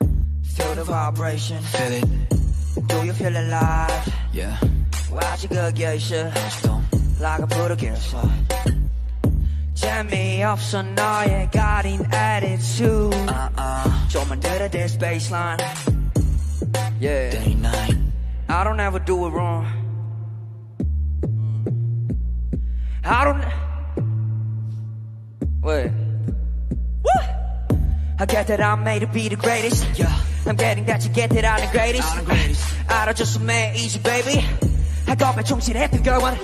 Feel the vibration. Feel it, Do you feel alive? yeah. 와지가 계셔. 시동, 나가 부르겠어. 재미없어 너의 가린 attitude. uh uh, 좀만 들어 this baseline. Yeah. 39. I don't ever do it wrong. I don't. e-, Wait. Woo! I get that I'm made to be the greatest. Yeah. I'm getting that you get that I'm the greatest. I'm the greatest. 알아줬어 man easy baby. 학업에 충실했던 결과는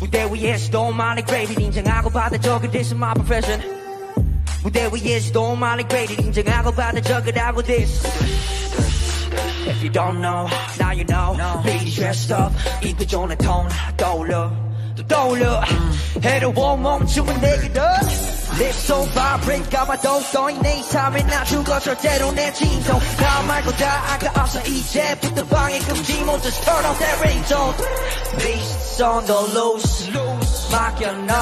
무대 위에서도 많이 graded 인정하고 받아적은 this is my profession. 무대 위에서도 많이 graded 인정하고 받아적으라고 this. If you don't know, now you know. No. Really dressed up, 입도 좋은 톤 떠올려, 또 떠올려. Mm. 해로워 멈춤은 내게도. 내 손 vibrate 감아도 떠있네 이 삶에 나 죽어 절대로 내 진정 다 말고 다 아까 없어 이제부터 방해 금지 모두 turn off that ring don't Beasts on the loose 맡겨 널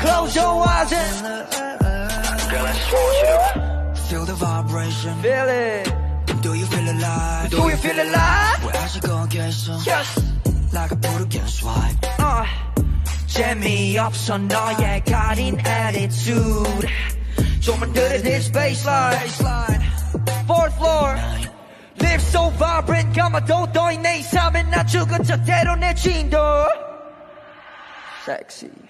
Close your eyes and Girl, I just want you to feel the vibration. feel it Do you feel alive? Do you feel alive? 왜 아직 거기에서 Yes Uh. 나가 부르게 swipe? 어, 재미없어 너의 가린 attitude 좀만 들은 this baseline Fourth floor Live so vibrant 감아도 떠있네 이 삶은 나 죽은 저대로 내 진도 Sexy